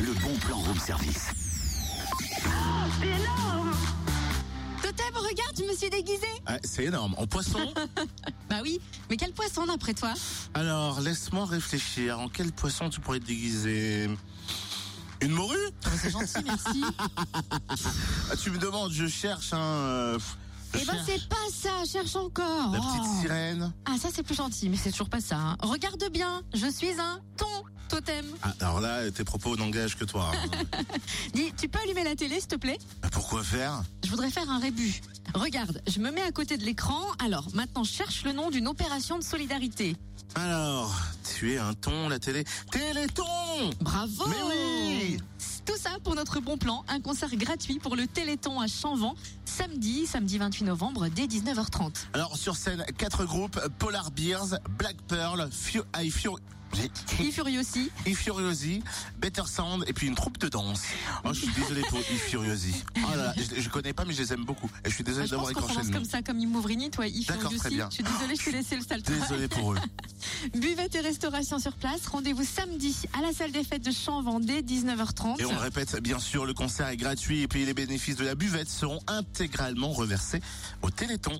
le bon plan room service. C'est énorme Totem, Tota, regarde, je me suis déguisée Ah, c'est énorme. En poisson Bah oui, mais quel poisson d'après toi Alors, laisse-moi réfléchir. En quel poisson tu pourrais te déguiser Une morue C'est gentil, merci. Ah, Tu me demandes, je cherche un... euh, je eh ben cherche c'est pas ça, cherche encore La Oh. petite sirène. Ah ça c'est plus gentil, mais c'est toujours pas ça. hein. Regarde bien, je suis un ton totem. Ah, alors là, tes propos n'engagent que toi. hein. Dis, tu peux allumer la télé s'il te plaît Bah, Pourquoi faire Je voudrais faire un rébut. Regarde, je me mets à côté de l'écran. Alors, maintenant, je cherche le nom d'une opération de solidarité. Alors, tu es un ton, la télé... Téléthon Bravo Mais oui Tout ça pour notre bon plan, un concert gratuit pour le Téléthon à Chanvan, samedi, samedi 28 novembre, dès 19h30. Alors, sur scène, quatre groupes. Polar Bears, Black Pearl, Fio... I Fio... Et furieux aussi. Il Furiosi, Better Sound et puis une troupe de danse. Oh, je suis désolé pour Il Furiosi. Oh là là, je, je connais pas mais je les aime beaucoup. Et je suis désolé Ah, je d'avoir pense qu'on écorché le commence nom. comme ça, comme Imouvrini, toi, Yves D'accord, Furieux très aussi. bien. Je suis désolée, je t'ai laissé le sale travail. Désolé pour eux. Buvette et restauration sur place, rendez-vous samedi à la salle des fêtes de Chanvan, dès 19h30. Et on le répète, bien sûr, le concert est gratuit et puis les bénéfices de la buvette seront intégralement reversés au Téléthon.